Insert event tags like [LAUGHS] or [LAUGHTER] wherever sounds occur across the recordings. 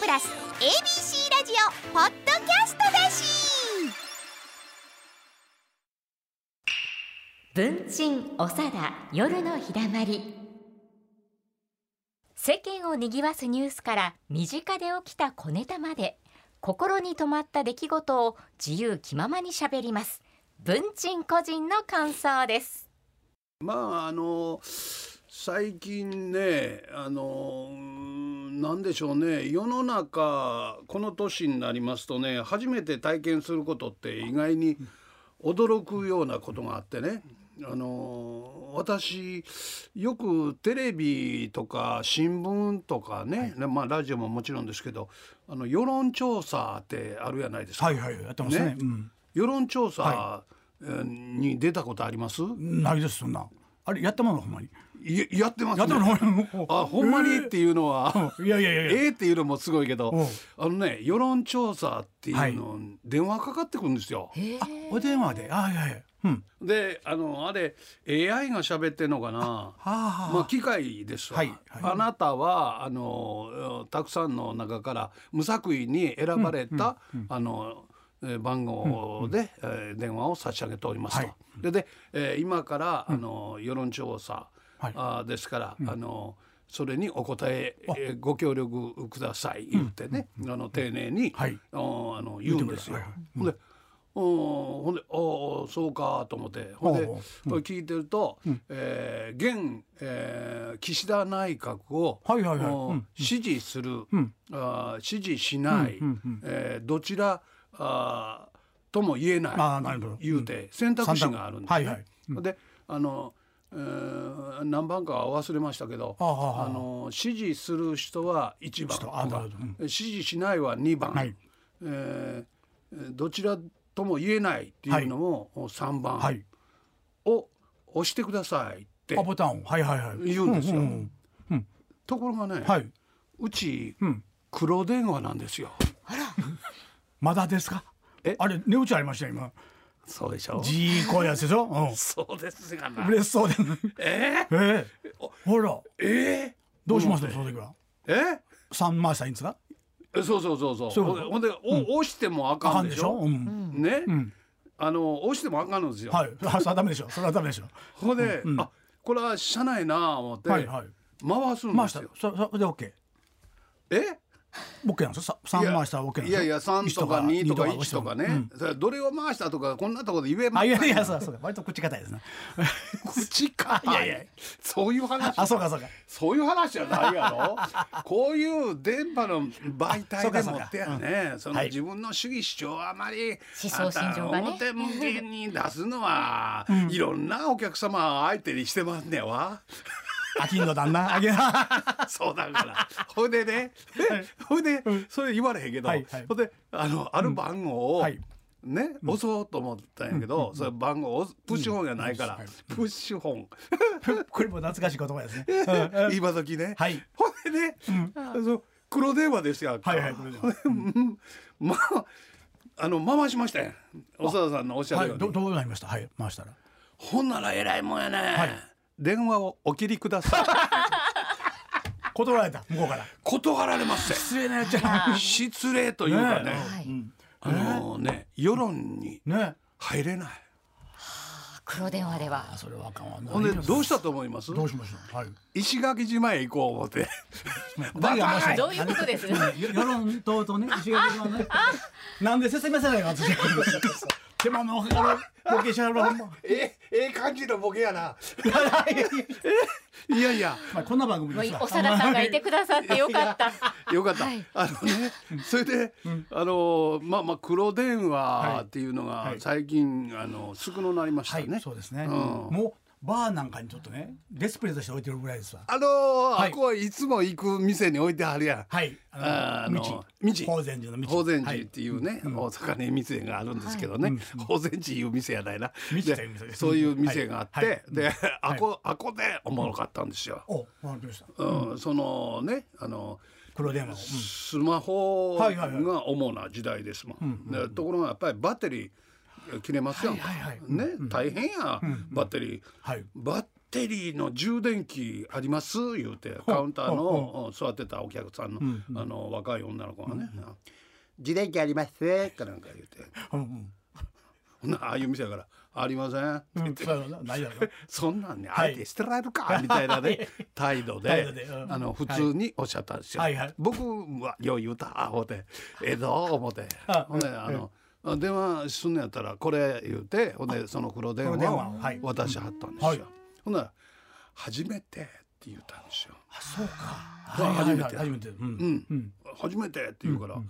プラス ABC ラジオポッドキャストだし文鎮おさだ夜のひだまり世間をにぎわすニュースから身近で起きた小ネタまで心に留まった出来事を自由気ままにしゃべります文鎮個人の感想ですまああの最近ねあのうーんなんでしょうね世の中この年になりますとね初めて体験することって意外に驚くようなことがあってねあの私よくテレビとか新聞とかね、ねまあ、ラジオももちろんですけどあの世論調査ってあるじゃないですか、はいはいやってますねね世論調査えーに出たことあります、うん、ないですそんなあれやってもらうほんまにややってますやってもらうほんまにあほんまにっていうのは、いやいやいやいやええっていうのもすごいけうどんあのね世論調査っていうの、電話かかってくるんですよ。お電話であいやいやうんであのあれ AI が喋ってんのかなああまあ、機械ですわ、はいはいあなたはあのたくさんの中から無作為に選ばれた、あのえー番号で、えー電話を差し上げておりますと。はいでで、えー今から、あの世論調査、はいあーですから、あのそれにお答ええーご協力ください言ってね、あの丁寧に、はいあーあの言うんですよ。言ってほんでおほんで「ああそうか」と思ってほんでほうほこれ聞いてると、えー現、えー岸田内閣を、はいはいはいおうんうん支持する、あー支持しない、えーどちらあーとも言えないあーなるほど言うて選択肢があるんです、ねはいはいであの、えー何番かは忘れましたけどあーはーはーの支持する人は1番人あーなるほどうん支持しないは2番、はいえーどちらとも言えないっていうのも3番。はいを押してくださいってあボタンをはいはいはい言うんですよ。うんところがね、はい、うちうん、黒電話なんですよ。まだですかえあれ値打ちありました今そうでしょじいこうやつでしょ、うそうですがん、な。嬉しそうで [LAUGHS] えええほらー、えどうしますのその時はー、え三枚したらいいんですかえそうそうそうそう。そうほんでほんで、お押してもああかかんんででししょ、ょ。うん、ね、あの押してもあかんのですよ。はいあそれはダメでしょそれはダメでしょここで、あこれは車内なあ思って、はいはい回すん回でしすたよ。そそれで OK えボケなんですよ。さ三回したら OK なんですいやいや3とか2とか一1とかね、それどれを回したとかこんなところで言えばあいやいやそうだそうだ割と口堅いですね。口かいいやいやそういう話あそうかそうか。そういう話じゃないや [LAUGHS] ろこういう電波の媒体でもってやあそうかそうねそのはい自分の主義主張をあまり思想信条がねあんた表向けに出すのは、いろんなお客様相手にしてますねわ [LAUGHS] あきんの旦那あげ [LAUGHS] そうだからほいでねえほいでそれ言われへんけど、はいはいほいであのある番号を、はいね、押そうと思ったんやけど、それ番号押すプッシュホンがないから、うんプッシュホン、これも懐かしい言葉ですね。今時ね。はいほんでね、その黒電話ですよ。はいはい黒 [LAUGHS] 電話ほんでうんまあ、あの、回しましたやん。長田さんのおっしゃはるよいうどに。どうなりましたはい回したら。ほんなら偉いもんやね。はい電話をお切りください。 [LAUGHS] 断られた向こうから。断られます失礼なやっちゃって。失礼というかね、はいあのね、世論にう。ね。入れない。黒電話ではあそれはあかんわ。ほんで、どうしたと思いますどうしましょう。はい。石垣島へ行こう思 [LAUGHS] って。誰が回したどういうことです世論党とね [LAUGHS] 石垣島ね。なんで説明せないの [LAUGHS] 私。手間のかかるボケしゃるわほん [LAUGHS] ま。え、ええ感じのボケや [LAUGHS] な。いやいや。まあこんな番組ですからおさださんがいてくださってよか [LAUGHS] った [LAUGHS] よかった、あのねそれで、あのまあまあ黒電話っていうのがはい最近、あの少なくなりましたはいね、、そうですね、うんもうバーなんかにちょっとねディスプレイとして置いてるぐらいですわあのはいあこはいつも行く店に置いてあるやん、はいあの道道法善寺の道法善は寺っいていうね、大阪に店があるんですけどね、法善寺いう店やないな道という店でそういう店があって、はいで、あこあこでおもろかったんですよ、おわかりましたうんそのねあの黒電話を、スマホはいはいはいが主な時代ですもん。でところがやっぱりバッテリー切れますやんかはいはいはいね大変やバッテリーはいバッテリーの充電器あります?」言うてカウンターのうん座ってたお客さんの,、あの若い女の子がね「自電機あります?」かなんか言うてうんうんほなああいう店やから「ありません」ってう [LAUGHS] 言っんてそうやろなないやろなそんなんね、はあいえて捨てられる [LAUGHS] かみたいなね、態度態で度でうんあの普通におっしゃったんですよ。はいはい僕はよう言うたほうてええぞ思うてあほんであの、電話すんのやったらこれ言うてほんでその黒電黒電話話をはいを渡しはったんですよ。はいほんなら「初めて」って言ったんですよ。あそうかわはいはいはい初めてううんんうん初めてって言うから、えー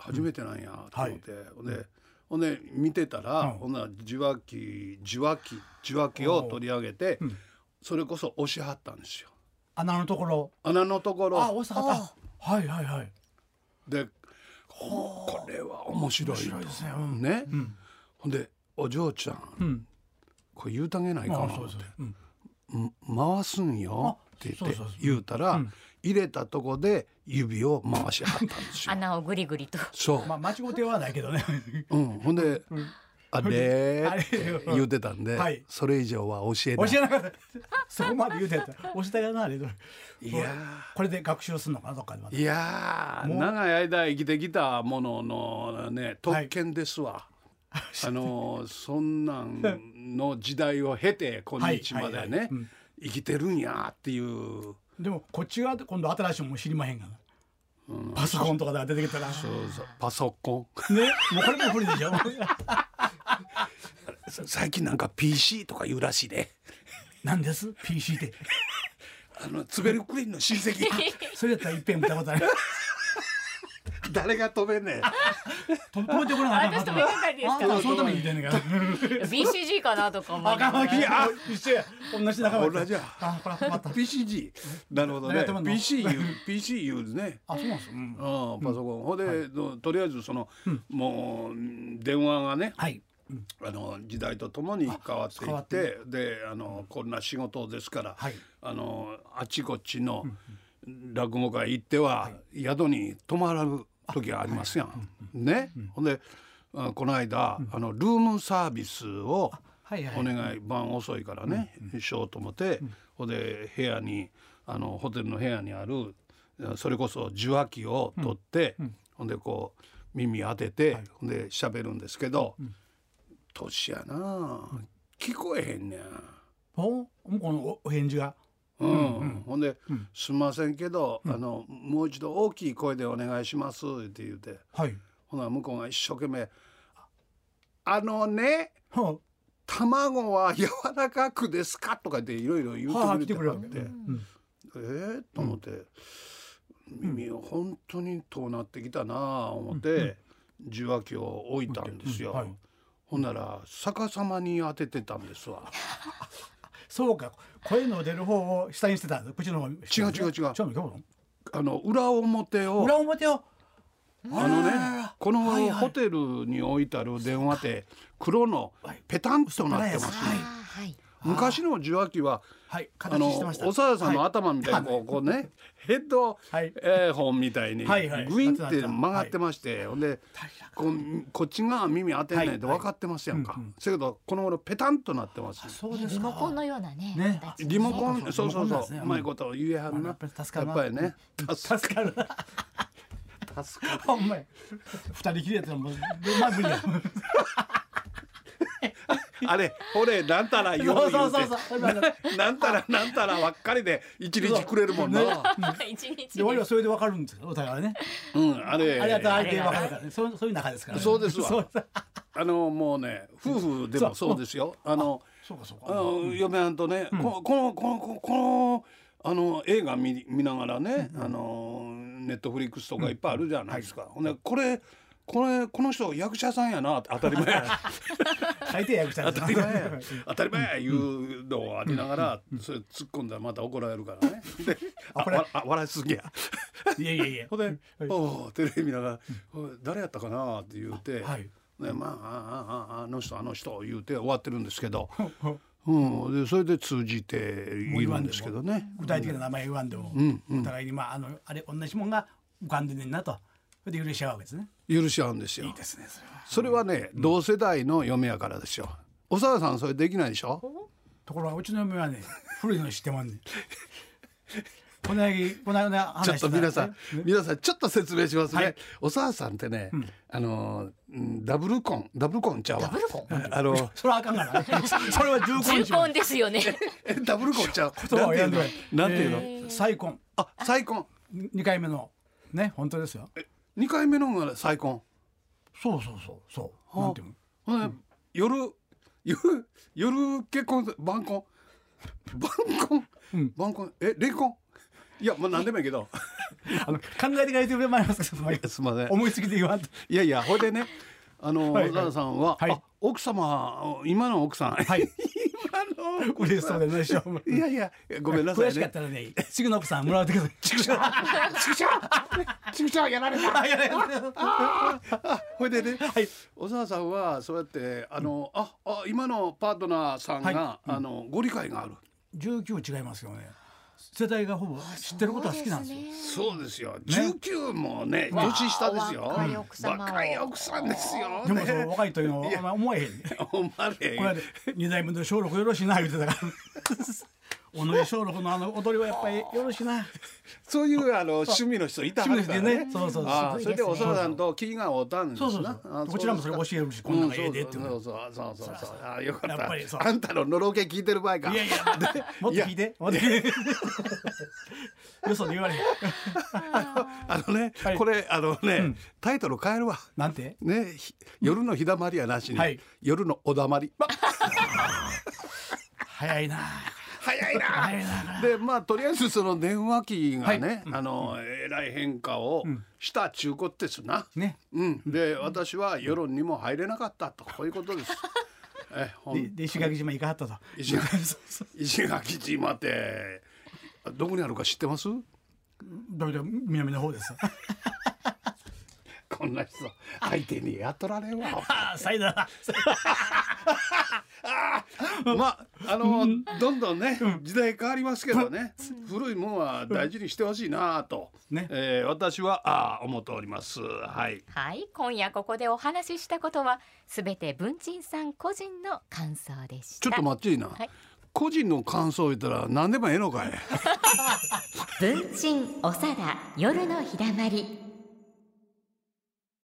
初めてなんやと思って、ほんでほんで見てたら、うんほんなら受話器受話器受話器を取り上げて、うんそれこそ押しはったんですよ穴のところ穴のとこあろ大阪だはいはいはいでほうこれは面白いと面白いですねうんねうんほんでお嬢ちゃんうんこれ言うたげないかなあってそうですうんん回すんよってあそ言っうてそうそう言うたら、うん入れたとこで指を回しはったんですよ穴をぐりぐりとそう、まあ間違うてはないけどね [LAUGHS] うん、ほんでうん「あれ?」あれって言うてたんで、はいそれ以上は教えな教いえなか [LAUGHS] ったそこまで言うてやった押したよなあれいやこれで学習するのかなどっかでまたいやーもう長い間生きてきたもののね特権ですわ、あのそんなんの時代を経て今日まはでいはいはいねうん生きてるんやっていうでもこっち側で今度新しいもん知りまへんがなパソコンとかで出てきたらねそうそうパソコンもうこれも不利でしょ [LAUGHS] 最近なんか PC とか言うらしいで、なんです PC ってあのツベルクリンの親戚それやったらいっぺん見たことある [LAUGHS] 誰が飛べんねんと止めてこなあかん私ともいかがですかあんたはそのために言うてんねんから BCG かなとか思あいかながんわらけや一緒や同じ仲間同じやあこれ困った PCG なるほどね誰が飛べんの PC 言う PC 言うねあそうなんですようんうん、パソコン、ほんで、どとりあえずその、もううん電話がねはいあの時代とともに変わってい変わっっててであのこんな仕事ですから、はいあのあちこちの落語会行っては、宿に泊まらる時がありますやん。ね、ほんであこの間、あのルームサービスをはいはいお願い晩遅いからね、しようと思って、ほんで部屋にあのホテルの部屋にあるそれこそ受話器を取って、ほんでこう耳当てて、ほんで喋るんですけど、年やな、聞こえへんねん。おもうこのおお返事がうんほんで、すんませんけど、あのもう一度大きい声でお願いします」って言うてはいほな向こうが一生懸命「あのねは卵は柔らかくですか?」とかっていろいろ言あはあう来てくてくれれたっるわて「けえうんえと思って、耳を本当に遠なってきたなあ思って、受話器を置いたんですよ。うんはいほんなら逆さまに当ててたんですわ。そうか声の出る方を下にしてたんです口の方に違う違う違うちょっと待ってあの裏表を裏表をあのららねら、こはいのはいホテルに置いてある電話って黒のペタンとなってますね。あーはい昔の受話器ははいあ形のしてましたおさやさんのはい頭みたいにこうこうねヘッドはいえー本みたいにグはいはいインって曲がってまして、ほんでこうこっち側耳当てないで分かってますやんか。せやけどこの頃ペタンとなってます。そうですリモコンのようなねね形リモコンそそううそそううそそうううまいことを言えはんな。ややっっぱぱりり助かるなね助助かるなほんまや二人きりやったらもうまあ無理やあれほれなんたらよそう言うそううてそうそうだからなんたらなんたらばっかりで一日くれるもんな。 [LAUGHS] 一日でに我々はそれでわかるんですよお互いねうん、あれ。ありがとう相手わかるからねそうそういう仲ですからねそうですわそうそうあの、もうね、夫婦でもそうですよ。あの、そうかそうあかの、嫁はんとね、ここの、この、この、この。あの、映画見、見ながらね、あの、ネットフリックスとかいっぱいあるじゃないですか。ほんで、これ。これこの人役者さんやなって当たり前や相手役者 [LAUGHS] 当たり前や当たり前やいうのをありながらそれ突っ込んだらまた怒られるからねであこれわあ笑いすぎや [LAUGHS] いやいやいやほんで、はいおおテレビ見ながら「おい誰やったかな?」って言うて、はいねまあああああの人あの人言うて終わってるんですけど、うん、でそれで通じているんですけどね。具体的な名前言わんでも、お互いにまああのあれ同じもんが浮かんでんねんなとそれで許し合うわけですね。許し合うんですよ。ですねそれは。それはね、同世代の嫁やからですよ。おさわさんそれできないでしょ。ところがうちの嫁はね [LAUGHS] 古いの知ってまんねんこの間この間話ちょっと皆さんね皆さんちょっと説明しますね、はいおさあさんってね、あのうんダブルコンダブルコンちゃうわダブルコあのそれはあかん [LAUGHS] からねそれは重婚重しよう婚ですよねえダブルコンちゃう言葉を選んでなんていうのなんていうの、えー再婚あ再婚二回目のね本当ですよ二回目の方が再婚そうそうそうそうなんていうのほんで夜夜夜結婚す晩婚晩婚、ん晩婚え霊婚いやまあ何でもいいけどあの考えてくれてもらい [LAUGHS] ますけどすいま [LAUGHS] せん思いつきで言わんといやいやほいでねあのはいは小沢いさんは、はいあ奥様今の奥さん、 [LAUGHS] はい今の嬉しそうでないでしょいやいやごめんな [LAUGHS] さい悔しかねったらね次の奥さんもらうてくださいちくしょうちくちゃやられた [LAUGHS] あいやいやほいでね、い小沢さんはそうやってあの、ああ今のパートナーさんが、あのご理解がある、 19違いますよね世代がほぼ知ってることは好きなんですよそうですよ19もね年下ですよ若い奥様を若い奥さんですよでもそねの若いというのはあんま思えへんね [LAUGHS] おまれこれで二代目の小六よろしいな言うてたから [LAUGHS] 尾上小六のあの踊りはやっぱりよろしいなそういうあの趣味の人いたはるから趣味でねねそうそうそうああそれですごいでおすね沢さんと気が合うたんですそなうそうそうあこちらもそれ教えるしこんなんがええでっていうそのうそうそうそうそうそうああよかっやっぱりそうたあんたののろけ聞いてる場合かいやいやもっと聞いてもっと聞いて [LAUGHS] よそで言われへんあのね、はいこれあのね、タイトル変えるわなんてねひ夜の日だまりやなしに、はい夜のおだまり、早いな早い早いななでまあとりあえずその電話機がね、あのえらい変化をした中古ですな、ねうん、で私は世論にも入れなかったとこういうこと [LAUGHS] です。えほでんで石垣島行かはったと石垣 [LAUGHS] 石垣島ってどこにあるか知ってますだいたい南の方です [LAUGHS] こんな人相手にやっとられんわ。ああ最大だ [LAUGHS] まああのどんどんね時代変わりますけどね古いもんは大事にしてほしいなと、ねえー私はあー思っておりますはいはい今夜ここでお話ししたことはすべて文鎮さん個人の感想でしたちょっと待っていいな、はい個人の感想言ったら何でもええのかい文鎮おさだ夜のひだまり